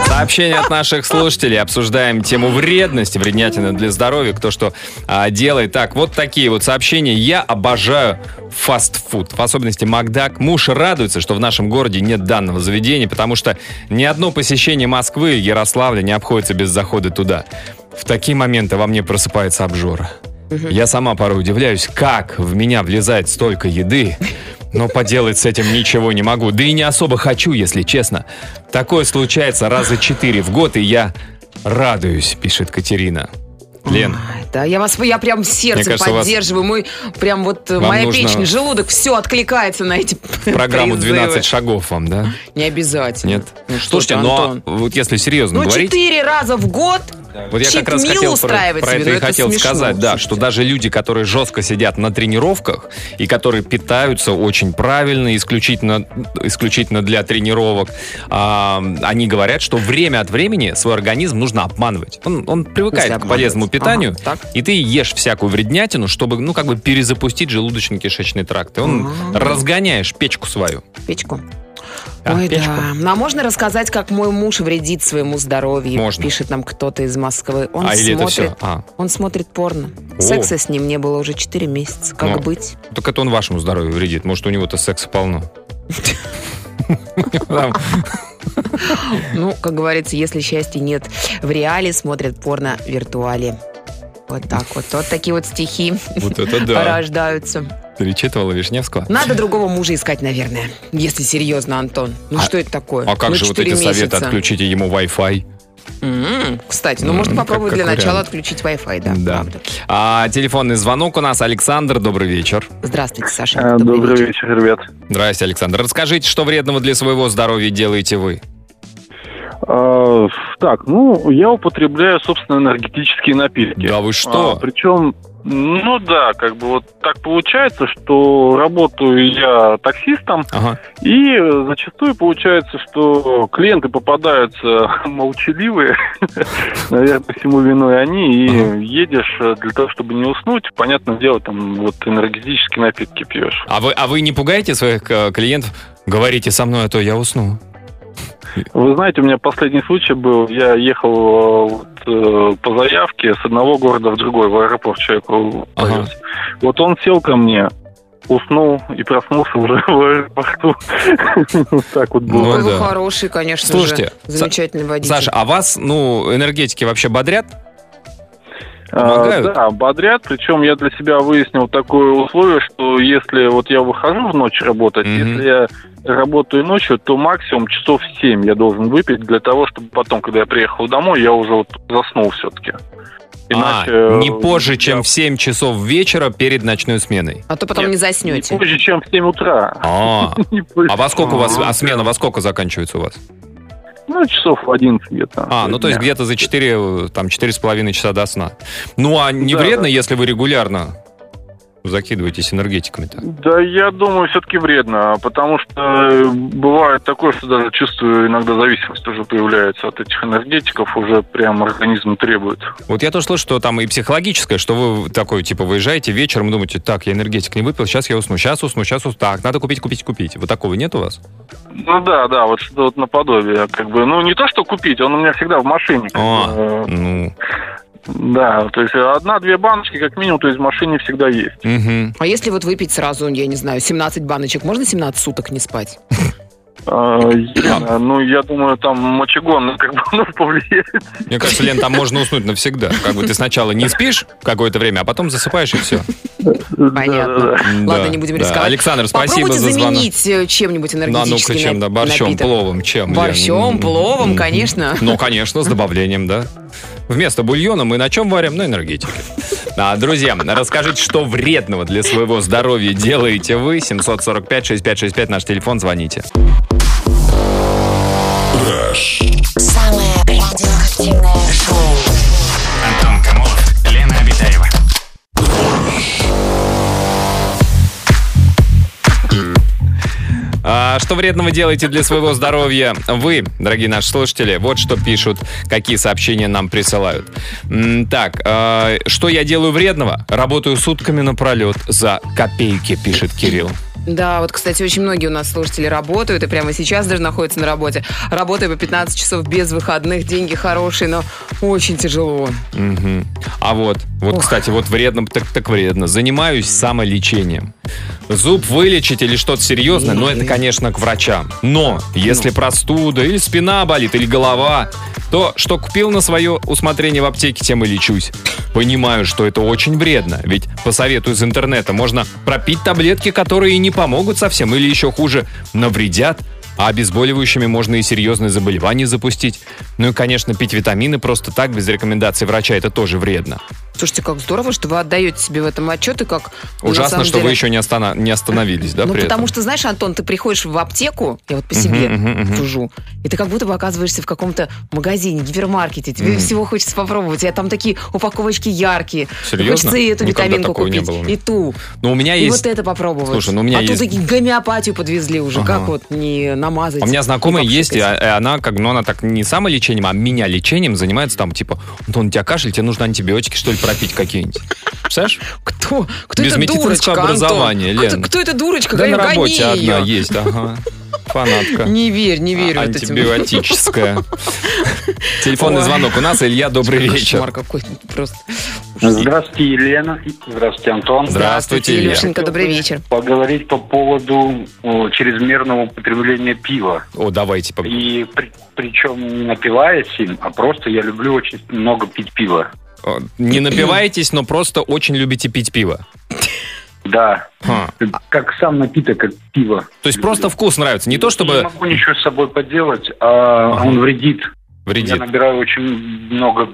S3: Сообщение от наших слушателей. Обсуждаем тему вредности, вреднятина для здоровья, кто что а, делает. Так, вот такие вот сообщения. Я обожаю фастфуд, в особенности Макдак. Муж радуется, что в нашем городе нет данного заведения, потому что ни одно посещение Москвы или Ярославля не обходится без захода туда. В такие моменты во мне просыпается обжора. Я сама порой удивляюсь, как в меня влезает столько еды. Но поделать с этим ничего не могу. Да и не особо хочу, если честно. Такое случается раза четыре в год, и я радуюсь, пишет Катерина. Лен,
S4: Ай, А, Да, я вас, я прям сердцем
S3: кажется, у вас-
S4: поддерживаю. Мой, прям вот э,
S3: Вам
S4: моя
S3: нужно-
S4: печень, желудок, все откликается на эти
S3: <laughs> программу
S4: призывы.
S3: 12 шагов вам, да?
S4: Не обязательно.
S3: Нет?
S4: Ну, что
S3: Слушайте,
S4: ты,
S3: но
S4: Антон.
S3: вот если серьезно
S4: Ну,
S3: говорить... Ну,
S4: четыре раза в год
S3: Вот я как раз
S4: Чит-мил
S3: хотел про,
S4: устраивать
S3: про
S4: себе,
S3: это
S4: ну,
S3: и
S4: это
S3: хотел
S4: смешно,
S3: сказать, да,
S4: слушайте.
S3: что даже люди, которые жестко сидят на тренировках и которые питаются очень правильно, исключительно, исключительно для тренировок, а, они говорят, что время от времени свой организм нужно обманывать. Он, он привыкает
S4: Если
S3: к
S4: обманывать.
S3: полезному
S4: Ага,
S3: питанию,
S4: так.
S3: и ты ешь всякую вреднятину, чтобы, ну, как бы перезапустить желудочно-кишечный тракт. И он разгоняешь печку свою.
S4: печку.
S3: А,
S4: Ой,
S3: печку?
S4: да. А можно рассказать, как мой муж вредит своему здоровью?
S3: Можно.
S4: Пишет нам кто-то из Москвы. Он
S3: а
S4: смотрит,
S3: или это все? А,
S4: Он смотрит порно.
S3: О.
S4: Секса с ним не было уже 4 месяца. Как
S3: Ну.
S4: быть?
S3: так это он вашему здоровью вредит. Может, у него-то секса
S4: <laughs>
S3: полно. Там
S4: Ну, как говорится, если счастья нет в реале, смотрят порно в виртуале. Вот так вот. Вот такие вот стихи
S3: Вот это да.
S4: рождаются.
S3: Перечитывала Вишневского.
S4: Надо другого мужа искать, наверное. Если серьезно, Антон. Ну
S3: А-
S4: что это такое?
S3: А как
S4: Ну,
S3: же вот эти
S4: четыре
S3: советы?
S4: месяца.
S3: Отключите ему Wi-Fi.
S4: М, Кстати, ну,
S3: М,
S4: может,
S3: как-
S4: попробовать
S3: как
S4: для начала
S3: вариант.
S4: отключить Wi-Fi, да.
S3: Да.
S4: правда.
S3: А телефонный звонок у нас. Александр, добрый вечер.
S4: Здравствуйте, Саша.
S9: Э, Добрый вечер, ребят.
S3: Здрасте, Александр. Расскажите, что вредного для своего здоровья делаете вы?
S9: Э, Так, ну, я употребляю, собственно, энергетические напитки.
S3: Да вы
S9: А,
S3: что?
S9: причем, ну да, как бы вот так получается, что работаю я таксистом,
S3: Ага.
S9: и э, зачастую получается, что клиенты попадаются <laughs> молчаливые, <laughs> наверное, всему виной они,
S3: Ага.
S9: и едешь э, для того, чтобы не уснуть, понятное дело, там вот энергетические напитки пьешь.
S3: А вы, а вы не пугаете своих э, клиентов? Говорите со мной, а то я усну.
S9: Вы знаете, у меня последний случай был, я ехал э, вот, э, по заявке с одного города в другой, в аэропорт человеку
S3: Ага.
S9: повез. Вот он сел ко мне, уснул и проснулся уже <laughs> в аэропорту. Вот так вот
S3: Ну,
S9: было.
S4: Ой, вы
S3: да.
S4: хороший, конечно
S3: Слушайте,
S4: же. Замечательный водитель.
S3: Саша, а вас, ну, энергетики вообще бодрят?
S9: А,
S3: Ну, помогают?
S9: Да, бодрят. Причем я для себя выяснил такое условие, что если вот я выхожу в ночь работать,
S3: Мгм.
S9: если я работаю ночью, то максимум часов семь я должен выпить для того, чтобы потом, когда я приехал домой, я уже вот заснул все-таки.
S3: а,
S9: э,
S3: не позже, чем в 7 часов вечера перед ночной сменой.
S4: А то потом
S9: Нет,
S4: не
S9: Не
S4: заснете.
S9: позже, чем в 7 утра. <laughs>
S3: А,
S9: Не позже.
S3: а во сколько у вас, а смена во сколько заканчивается у вас?
S9: Ну, часов в 11 где-то.
S3: А, ну то есть
S9: Дня.
S3: где-то за 4, там, 4,5 часа до сна. Ну а не
S9: Да,
S3: вредно,
S9: да.
S3: если вы регулярно закидываетесь энергетиками-то?
S9: Да, я думаю, все-таки вредно, потому что э, бывает такое, что даже чувствую, иногда зависимость тоже появляется от этих энергетиков, уже прям организм требует.
S3: Вот я тоже слышал, что там и психологическое, что вы такой, типа, выезжаете вечером и думаете, так, я энергетик не выпил, сейчас я усну, сейчас усну, сейчас усну, так, надо купить, купить, купить. Вот такого нет у вас?
S9: Ну да, да, вот что-то вот наподобие, как бы, ну не то, что купить, он у меня всегда в машине. как
S3: А.
S9: бы, э,
S3: Ну,
S9: Да, то есть одна-две баночки как минимум, то есть в машине всегда есть.
S3: мгм.
S4: А если вот выпить сразу, я не знаю, 17 баночек, можно 17 суток не спать?
S9: Э, Елена, ну я думаю, там мочегон как бы <laughs> ну, повлияет.
S3: Мне кажется, Лен, там можно уснуть навсегда. Как бы ты сначала не спишь какое-то время, а потом засыпаешь и все.
S4: Понятно. Ладно, не будем рисковать.
S3: Александр, спасибо
S4: Попробуйте
S3: за звонок.
S4: заменить э, чем-нибудь
S3: Да
S4: энергетическим
S3: ну-ка, чем, да, борщом,
S4: напиток.
S3: пловом, чем? Лен?
S4: Борщом,
S3: М,
S4: пловом,
S3: м,
S4: конечно.
S3: Ну, конечно, с добавлением, да. Вместо бульона мы на чем варим? На энергетике. А, друзья, расскажите, что вредного для своего здоровья делаете вы. 745-6565, наш телефон, звоните.
S1: Самое радиоактивное шоу.
S6: Антон Камолов, Лена Обитаева.
S3: А, что вредного делаете для своего здоровья вы, дорогие наши слушатели? Вот что пишут, какие сообщения нам присылают. М, так, э, что я делаю вредного? Работаю сутками напролет за копейки, пишет Кирилл.
S4: Да, вот, кстати, очень многие у нас слушатели работают, и прямо сейчас даже находятся на работе. Работаю по 15 часов без выходных, деньги хорошие, но очень тяжело.
S3: Мгм. А вот Вот, кстати, вот вредно, так, так вредно. Занимаюсь самолечением. Зуб вылечить или что-то серьезное, ну, это, конечно, к врачам. Но, если
S4: Ну.
S3: простуда, или спина болит, или голова, то, что купил на свое усмотрение в аптеке, тем и лечусь. Понимаю, что это очень вредно, ведь по совету из интернета можно пропить таблетки, которые не помогут совсем, или еще хуже, навредят, а обезболивающими можно и серьезные заболевания запустить. Ну и, конечно, пить витамины просто так, без рекомендации врача, это тоже вредно.
S4: Слушайте, как здорово, что вы отдаете себе в этом отчет и как... ну, на
S3: Ужасно,
S4: самом
S3: что
S4: деле-
S3: вы еще не, остана- не остановились, да,
S4: ну,
S3: при
S4: потому
S3: этом?
S4: что, знаешь, Антон, ты приходишь в аптеку, я вот по себе
S3: Мгм, мгм, мгм.
S4: сужу, и ты как будто бы оказываешься в каком-то магазине, гипермаркете, тебе
S3: Мгм.
S4: всего хочется попробовать, а там такие упаковочки яркие.
S3: Серьезно?
S4: Хочется и эту
S3: Никогда
S4: витаминку
S3: такого не
S4: купить,
S3: было у меня.
S4: и ту,
S3: Ну, у меня
S4: и
S3: есть...
S4: вот это попробовать.
S3: Слушай, ну, у меня
S4: а
S3: есть-
S4: тут и гомеопатию подвезли уже,
S3: Ага. А
S4: как вот не намазать.
S3: У меня знакомая
S4: не
S3: есть, и
S4: попшикать?
S3: а- и она как, ну она так не самолечением, а меня лечением занимается там, типа, Антон, у тебя кашель, тебе нужно антибиотики, что ли, пропить какие-нибудь.
S4: <laughs>
S3: Представляешь?
S4: Кто? Кто
S3: без
S4: эта
S3: медицинского
S4: дурочка,
S3: образования,
S4: Антон? Кто,
S3: Лен.
S4: кто эта дурочка?
S3: Да
S4: Говорю,
S3: на работе
S4: гони
S3: одна
S4: ее.
S3: есть, ага. Фанатка. А,
S4: Не верь, не верю. вот этим. <laughs>
S3: Антибиотическая. Телефонный
S4: Ой.
S3: звонок у нас. Илья, добрый
S4: Кошмар
S3: вечер.
S4: какой просто.
S9: Здравствуйте, Елена. Здравствуйте,
S4: ну,
S9: Антон.
S3: Здравствуйте, Илья.
S4: Илюшенька, добрый вечер.
S9: Поговорить по поводу о, чрезмерного употребления пива.
S3: О, давайте. пог-
S9: И при- причем не напиваясь им, а просто я люблю очень много пить пива.
S3: О, Не напивайтесь, но просто очень любите пить пиво.
S9: Да,
S3: Ха.
S9: как сам напиток, как пиво.
S3: То есть просто вкус нравится. Не то,
S9: Не
S3: чтобы
S9: могу ничего с собой поделать, а
S3: Ага.
S9: он вредит. Я
S3: вредит.
S9: набираю очень много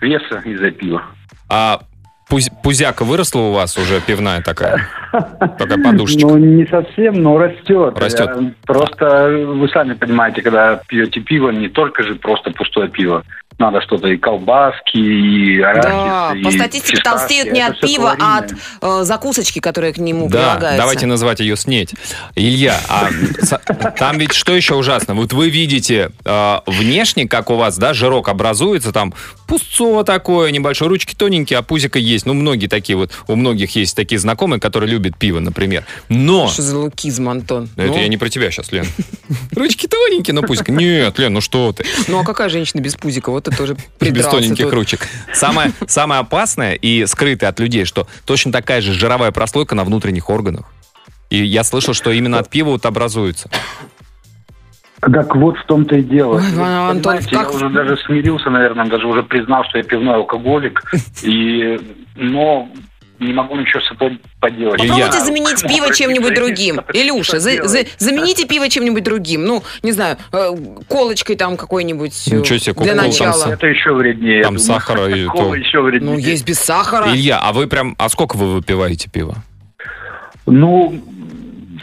S9: веса из-за пива.
S3: А пуз- пузяка выросла у вас уже пивная такая? Такая
S9: <laughs>
S3: подушечка.
S9: Ну, не совсем, но растет.
S3: Растет.
S9: Я- Просто вы сами понимаете, когда пьете пиво, не только же просто пустое пиво. Надо что-то и колбаски, и арахис,
S4: Да,
S9: и
S4: по статистике
S9: фисташки.
S4: толстеют не
S9: Это
S4: от
S9: всё
S4: пива, а от
S9: калорийное.
S4: э, закусочки, которые к нему
S3: Да,
S4: прилагаются.
S3: давайте назвать ее снеть. Илья, а с- там ведь что еще ужасно? Вот вы видите э, внешне, как у вас, да, жирок образуется, там пустцо такое, небольшое, ручки тоненькие, а пузика есть. Ну, многие такие вот, у многих есть такие знакомые, которые любят пиво, например. Но...
S4: Что за лукизм, Антон?
S3: Это
S4: ну,
S3: я не про тебя сейчас, Лен. Ручки тоненькие, но пузик. Нет, Лен, ну что ты?
S4: ну, а какая женщина без пузика? Вот ты
S3: <laughs>
S4: тоже
S3: без
S4: придрался
S3: тоненьких
S4: тут.
S3: ручек. <laughs> Самое, самое опасное и скрытое от людей, что точно такая же жировая прослойка на внутренних органах. И я слышал, что именно от пива вот образуется.
S9: Так вот в том-то и дело.
S4: Ой, Антон,
S9: Понимаете,
S4: как-
S9: Я уже даже смирился, наверное, даже уже признал, что я
S4: <laughs>
S9: пивной алкоголик. И... Но не могу ничего с собой поделать.
S4: Попробуйте
S3: Я-
S9: <laughs>
S4: заменить пиво чем-нибудь другим. Илюша, за- за- замените пиво чем-нибудь другим. Ну, не знаю, э, колочкой там какой-нибудь э,
S3: Ничего себе, кока-кола
S4: для
S3: там
S4: начала.
S3: сам-
S9: Это еще вреднее. я
S3: Там
S9: думаю.
S3: сахара и
S9: Кола
S3: то.
S9: еще вреднее.
S4: Ну, есть без сахара.
S3: Илья, а вы прям, а сколько вы выпиваете пива?
S9: Ну,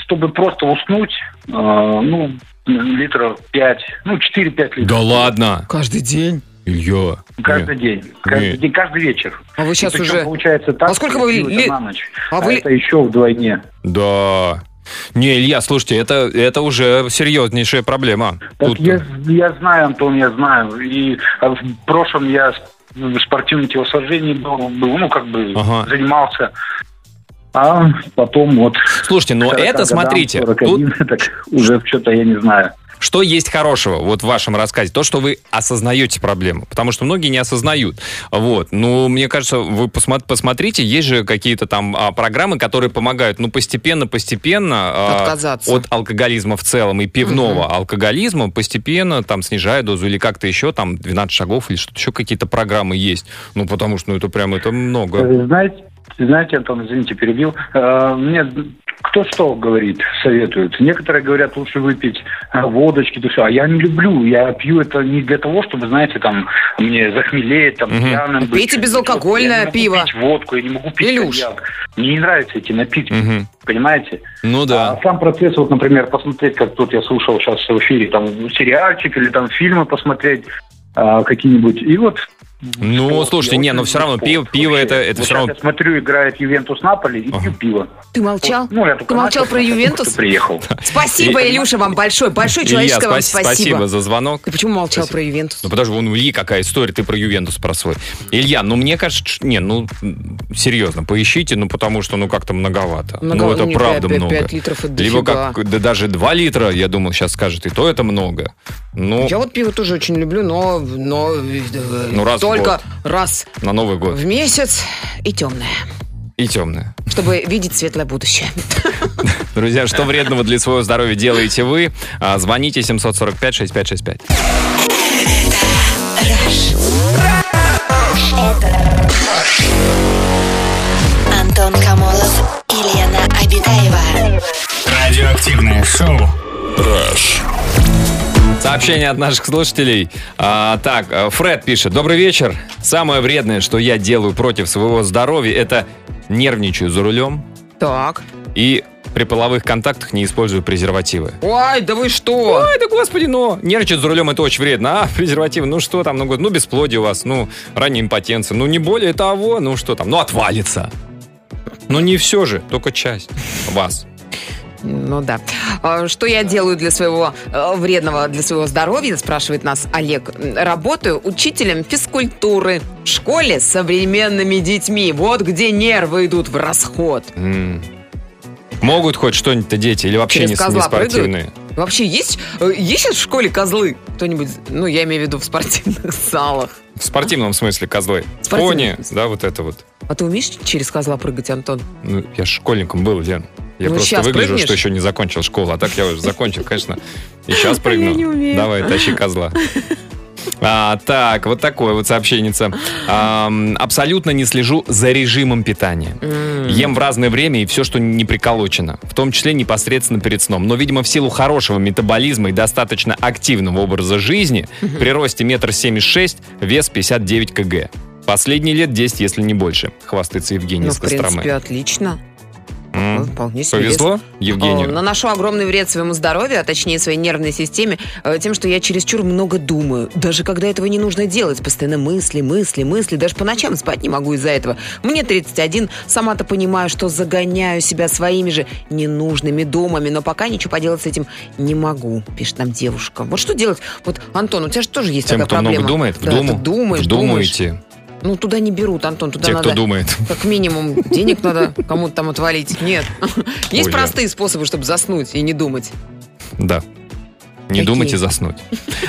S9: чтобы просто уснуть, э, ну, литров 5, ну, 4-5 литров.
S3: Да ладно,
S4: Каждый день.
S3: Илья.
S9: Каждый
S3: Нет.
S9: день. Каждый
S3: Нет.
S9: день, каждый вечер.
S4: А вы сейчас
S9: Причем
S4: уже...
S9: получается так,
S4: А сколько
S9: что
S4: вы
S9: пиво-то
S4: ли-
S9: на ночь.
S4: А
S9: А
S4: вы...
S9: это еще вдвойне.
S3: Да. Не, Илья, слушайте, это, это уже серьезнейшая проблема.
S9: Так
S3: Тут-
S9: я, я знаю, Антон, я знаю. И а, в прошлом я с- в спортивном телосложении был, был, ну, как бы
S3: Ага.
S9: занимался. А потом вот...
S3: Слушайте, но
S9: к 40
S3: это,
S9: годам,
S3: смотрите, тут
S9: 41, <laughs> так уже что-то я не знаю.
S3: Что есть хорошего вот в вашем рассказе? То, что вы осознаете проблему, потому что многие не осознают. Вот. Ну, мне кажется, вы посма- посмотрите, есть же какие-то там а, программы, которые помогают, ну, постепенно, постепенно а,
S4: Отказаться.
S3: от алкоголизма в целом и пивного алкоголизма, постепенно там снижая дозу или как-то еще, там 12 шагов или что-то еще какие-то программы есть. Ну, потому что, ну, это прям, это много.
S9: Э, Знаете, знаете, Антон, извините, перебил. Э, Мне кто что говорит, советует. Некоторые говорят, лучше выпить э, водочки, то все. А я не люблю. Я пью это не для того, чтобы, знаете, там, мне захмелеть, там,
S3: Мгм.
S9: пьяным быть.
S4: Пейте безалкогольное
S9: Я не могу
S4: пиво.
S9: пить водку, я не могу пить
S4: Илюш.
S9: коньяк. Мне не нравятся эти напитки,
S3: Мгм.
S9: понимаете?
S3: Ну да.
S9: А сам процесс, вот, например, посмотреть, как тут я слушал сейчас в эфире, там, сериальчик или там фильмы посмотреть а, какие-нибудь. И вот
S3: Ну,
S9: Спорт.
S3: слушайте,
S9: Я
S3: не,
S9: очень
S3: но
S9: люблю
S3: все равно
S9: спорт
S3: пиво- пиво
S9: вообще.
S3: это- это
S9: Вот
S3: всё равно-
S9: сейчас Я смотрю, играет Ювентус Наполи и
S3: Ага.
S9: пью пиво.
S4: Ты молчал?
S9: Ну, я только
S4: Ты молчал
S9: начал,
S4: про
S9: потому
S4: Ювентус?
S9: что Приехал.
S4: Спасибо,
S3: И-
S4: Илюша, вам большое. Большое
S3: Илья,
S4: человеческое вам
S3: спа- спасибо за звонок.
S4: Ты почему молчал
S3: Спасибо.
S4: про Ювентус?
S3: Ну подожди, вон у Ильи какая история, ты про Ювентус про свой. Илья, ну мне кажется, что- не, ну м, серьезно, поищите, ну потому что ну как-то многовато. ну
S4: Много-
S3: это
S4: не,
S3: правда
S4: пять-
S3: много.
S4: пять литров это
S3: Либо
S4: дофига.
S3: как, да даже 2 литра, я думал, сейчас скажет, и то это много. Ну,
S4: Я вот пиво тоже очень люблю, но, но э,
S3: Ну, раз в
S4: только раз
S3: На Новый год.
S4: в месяц и темное,
S3: И темное.
S4: чтобы видеть светлое будущее.
S3: Друзья,
S4: <laughs>
S3: что вредного для своего здоровья делаете вы? А, Звоните 745-6565.
S2: Антон Камолов и Лена Обитаева.
S6: Радиоактивное шоу.
S3: Сообщение от наших слушателей. А, так, э, Фред пишет. Добрый вечер. Самое вредное, что я делаю против своего здоровья, это нервничаю за рулем
S4: Так.
S3: и при половых контактах не использую презервативы.
S4: Ой, да вы что?
S3: Ой, да господи, ну, нервничать за рулем это очень вредно. А, презервативы, ну что там, ну, говорит, ну, бесплодие у вас, ну, ранняя импотенция, ну, не более того, ну, что там, ну, отвалится. Ну, не все же, только часть вас.
S4: Ну да. А, Что я делаю для своего э, вредного, для своего здоровья, спрашивает нас Олег. Работаю учителем физкультуры в школе с современными детьми. Вот где нервы идут в расход.
S3: М. Могут хоть что-нибудь-то дети или вообще
S4: Через
S3: не, с- не
S4: козла
S3: спортивные?
S4: Вообще есть, э, есть сейчас в школе козлы? Кто-нибудь, ну я имею в виду в спортивных <laughs> залах.
S3: В спортивном смысле козлы.
S4: Спортивном
S3: Пони,
S4: смысле.
S3: да, вот это вот.
S4: А ты умеешь через козла прыгать, Антон?
S3: Ну, я ж школьником был, Лен. Я
S4: Ну,
S3: просто
S4: щас
S3: выгляжу,
S4: прыгнешь?
S3: что еще не закончил школу. А так я уже закончил, конечно. И
S4: <laughs>
S3: сейчас прыгну.
S4: не умею.
S3: Давай, тащи козла. А, так, вот такое вот сообщенница. Ам, абсолютно не слежу за режимом питания. Ем в разное время и все, что не приколочено. В том числе непосредственно перед сном. Но, видимо, в силу хорошего метаболизма и достаточно активного образа жизни, при росте метр семьдесят шесть, вес 59 кг. Последние лет 10, если не больше. Хвастается Евгений
S4: ну,
S3: из
S4: в
S3: Костромы.
S4: принципе, отлично.
S3: М.
S4: Ну, вполне себе
S3: Повезло
S4: Э,
S3: Евгению?
S4: Наношу огромный вред своему здоровью, а точнее своей нервной системе, э, тем, что я чересчур много думаю. Даже когда этого не нужно делать. Постоянно мысли, мысли, мысли. Даже по ночам спать не могу из-за этого. Мне 31, сама-то понимаю, что загоняю себя своими же ненужными думами, но пока ничего поделать с этим не могу, пишет нам девушка. Вот что делать? Вот, Антон, у тебя же тоже есть
S3: Тем,
S4: такая
S3: кто
S4: проблема.
S3: много думает, в
S4: Да,
S3: думу.
S4: ты думаешь,
S3: в думу
S4: думаешь.
S3: идти.
S4: Ну, туда не берут, Антон, туда
S3: Те,
S4: надо...
S3: кто думает. <laughs>
S4: Как минимум, денег надо кому-то там отвалить. Нет. Есть
S3: Ой,
S4: простые способы, чтобы заснуть и не думать.
S3: Да. Не
S4: Какие?
S3: думайте заснуть.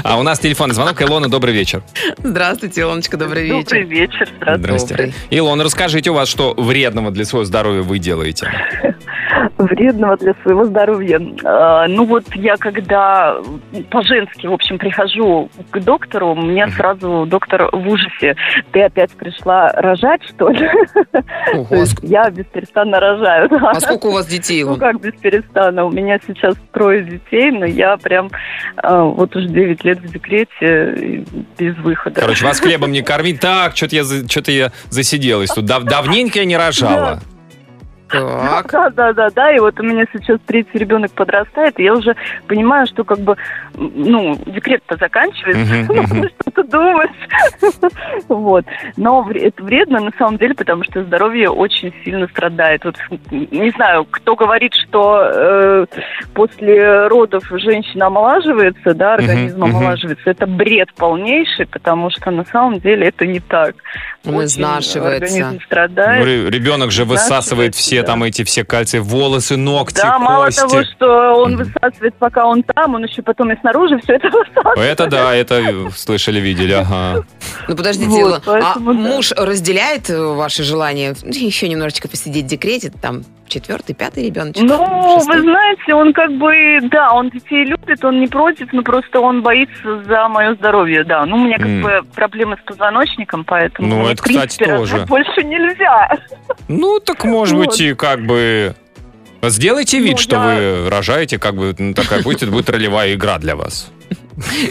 S3: А у нас телефонный звонок. Илона, добрый вечер.
S4: Здравствуйте, Илоночка, добрый вечер.
S8: Добрый вечер.
S4: Добрый.
S3: Илон, расскажите у вас, что вредного для своего здоровья вы делаете?
S8: вредного для своего здоровья. Э, Ну вот я когда по-женски, в общем, прихожу к доктору, мне
S3: Мгм.
S8: сразу доктор в ужасе. Ты опять пришла рожать, что ли? <laughs>
S4: Ого,
S8: То
S4: а
S8: есть
S4: ск-
S8: я бесперестанно рожаю. да.
S4: а сколько у вас детей,
S8: Ну
S4: Илон?
S8: как бесперестанно? У меня сейчас трое детей, но я прям э, вот уже 9 лет в декрете и без выхода.
S3: Короче, вас хлебом не кормить. Так, что-то я, за- чё-то я засиделась тут. Дав- давненько я не рожала.
S4: Так.
S8: Да, да, да, да. И вот у меня сейчас третий ребенок подрастает, и я уже понимаю, что как бы, м, ну, декрет-то заканчивается,
S3: Мгм,
S8: ну, <laughs>
S3: мгм.
S8: что ты думаешь. Вот. Но вре- это вредно на самом деле, потому что здоровье очень сильно страдает. Вот м, не знаю, кто говорит, что э, после родов женщина омолаживается, да, организм
S3: Мгм, мгм.
S8: омолаживается, это бред полнейший, потому что на самом деле это не так.
S4: Он
S8: <laughs> Очень
S4: изнашивается.
S8: Организм
S3: Ну,
S8: страдает.
S3: ре- ребенок же
S8: Знаешь,
S3: высасывает
S8: это
S3: все
S8: да.
S3: там эти все кальции, волосы, ногти,
S8: Да, мало того,
S3: кости.
S8: что он
S3: Мгм.
S8: высасывает, пока он там, он еще потом и снаружи все это высасывает.
S3: Это да, это слышали, видели, ага.
S4: Ну, подождите,
S8: Вот,
S4: Илон, а
S8: поэтому да.
S4: муж разделяет э, ваши желания ну, еще немножечко посидеть в декрете, там, четвертый, пятый ребеночек?
S8: Ну,
S4: шестой?
S8: вы знаете, он как бы, да, он детей любит, он не против, но просто он боится за мое здоровье, да. Ну, у меня как
S3: М.
S8: бы проблемы с позвоночником, поэтому...
S3: Ну,
S8: в
S3: это, кстати,
S8: принципе, рожать
S3: тоже.
S4: <laughs>
S8: Больше нельзя.
S3: Ну, так может
S8: Вот.
S3: быть и как бы... Сделайте вид,
S8: Ну,
S3: что
S8: я-
S3: вы рожаете, как бы ну, такая будет, будет ролевая игра для вас.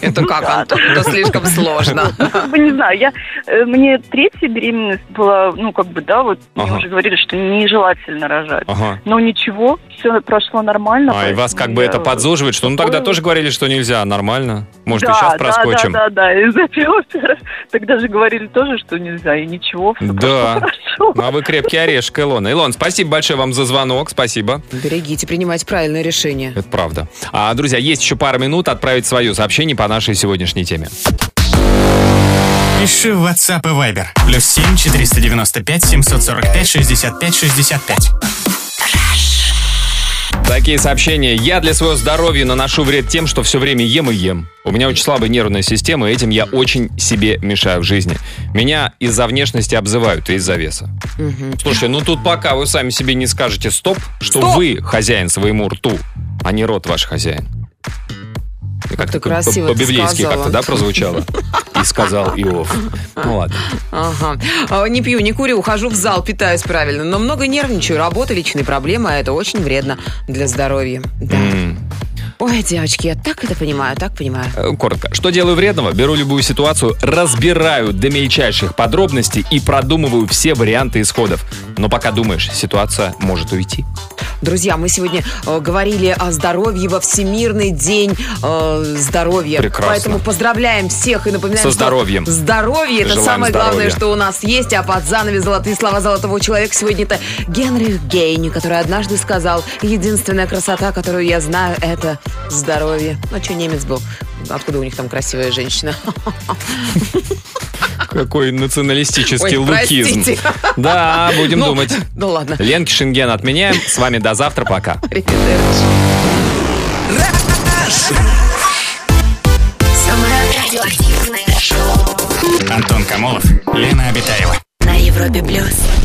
S4: Это
S8: ну
S4: как, Антон? Это
S8: <laughs>
S4: слишком сложно.
S8: Как бы не знаю, я, э, мне третья беременность была, ну, как бы, да, вот
S3: Ага.
S8: мне уже говорили, что нежелательно рожать.
S3: Ага.
S8: Но ничего, все прошло нормально.
S3: А, и вас
S8: поэтому
S3: как бы
S8: я-
S3: это подзуживает, что ну тогда
S8: Ой.
S3: тоже говорили, что нельзя, нормально. Может, и
S8: Да,
S3: сейчас проскочим.
S8: Да, да, да, <laughs> да, из-за филтра. Тогда же говорили тоже, что нельзя, и ничего, все
S3: Да.
S8: хорошо.
S3: Ну, А вы крепкий орешек, Илона. Илон, спасибо большое вам за звонок, спасибо.
S4: Берегите, принимайте правильное решение.
S3: Это правда. А, друзья, есть еще пара минут отправить свое сообщение по нашей сегодняшней теме.
S6: Пиши в WhatsApp и Viber. Плюс 7 495 745 65 65.
S3: Такие сообщения. Я для своего здоровья наношу вред тем, что все время ем и ем. У меня очень слабая нервная система, и этим я очень себе мешаю в жизни. Меня из-за внешности обзывают и из-за веса. Слушай, ну тут пока вы сами себе не скажете стоп, что
S4: Стоп!
S3: вы хозяин своему рту, а не рот ваш хозяин. И Как-то
S4: Ты
S3: по-
S4: красиво это
S3: по-библейски
S4: сказала.
S3: как-то, да, прозвучало? И сказал Иов. Ну ладно.
S4: Ага. А, Не пью, не курю, ухожу в зал, питаюсь правильно, но много нервничаю, работа, личные проблемы, а это очень вредно для здоровья. Да.
S3: М.
S4: Ой, девочки, я так это понимаю, так понимаю.
S3: Э, Коротко. Что делаю вредного? Беру любую ситуацию, разбираю до мельчайших подробностей и продумываю все варианты исходов. Но пока думаешь, ситуация может уйти.
S4: Друзья, мы сегодня э, говорили о здоровье во Всемирный день э, здоровья.
S3: Прекрасно.
S4: Поэтому поздравляем всех и напоминаем,
S3: Со
S4: что
S3: здоровьем.
S4: здоровье – это
S3: Желаем
S4: самое главное,
S3: здоровья.
S4: что у нас есть. А под занавес золотые слова золотого человека сегодня это Генри Гейни, который однажды сказал, единственная красота, которую я знаю, это здоровье. Ну, что, немец был? Откуда у них там красивая женщина?
S3: Какой националистический
S4: Ой,
S3: лукизм.
S4: простите.
S3: Да, будем
S4: Ну,
S3: думать. Э.
S4: Ну, ладно.
S3: Ленки Шенген отменяем. С вами до завтра. Пока.
S4: Аривидерчи.
S2: Самое радиоактивное шоу
S6: Антон Камолов, Лена Обитаева.
S2: на Европе плюс.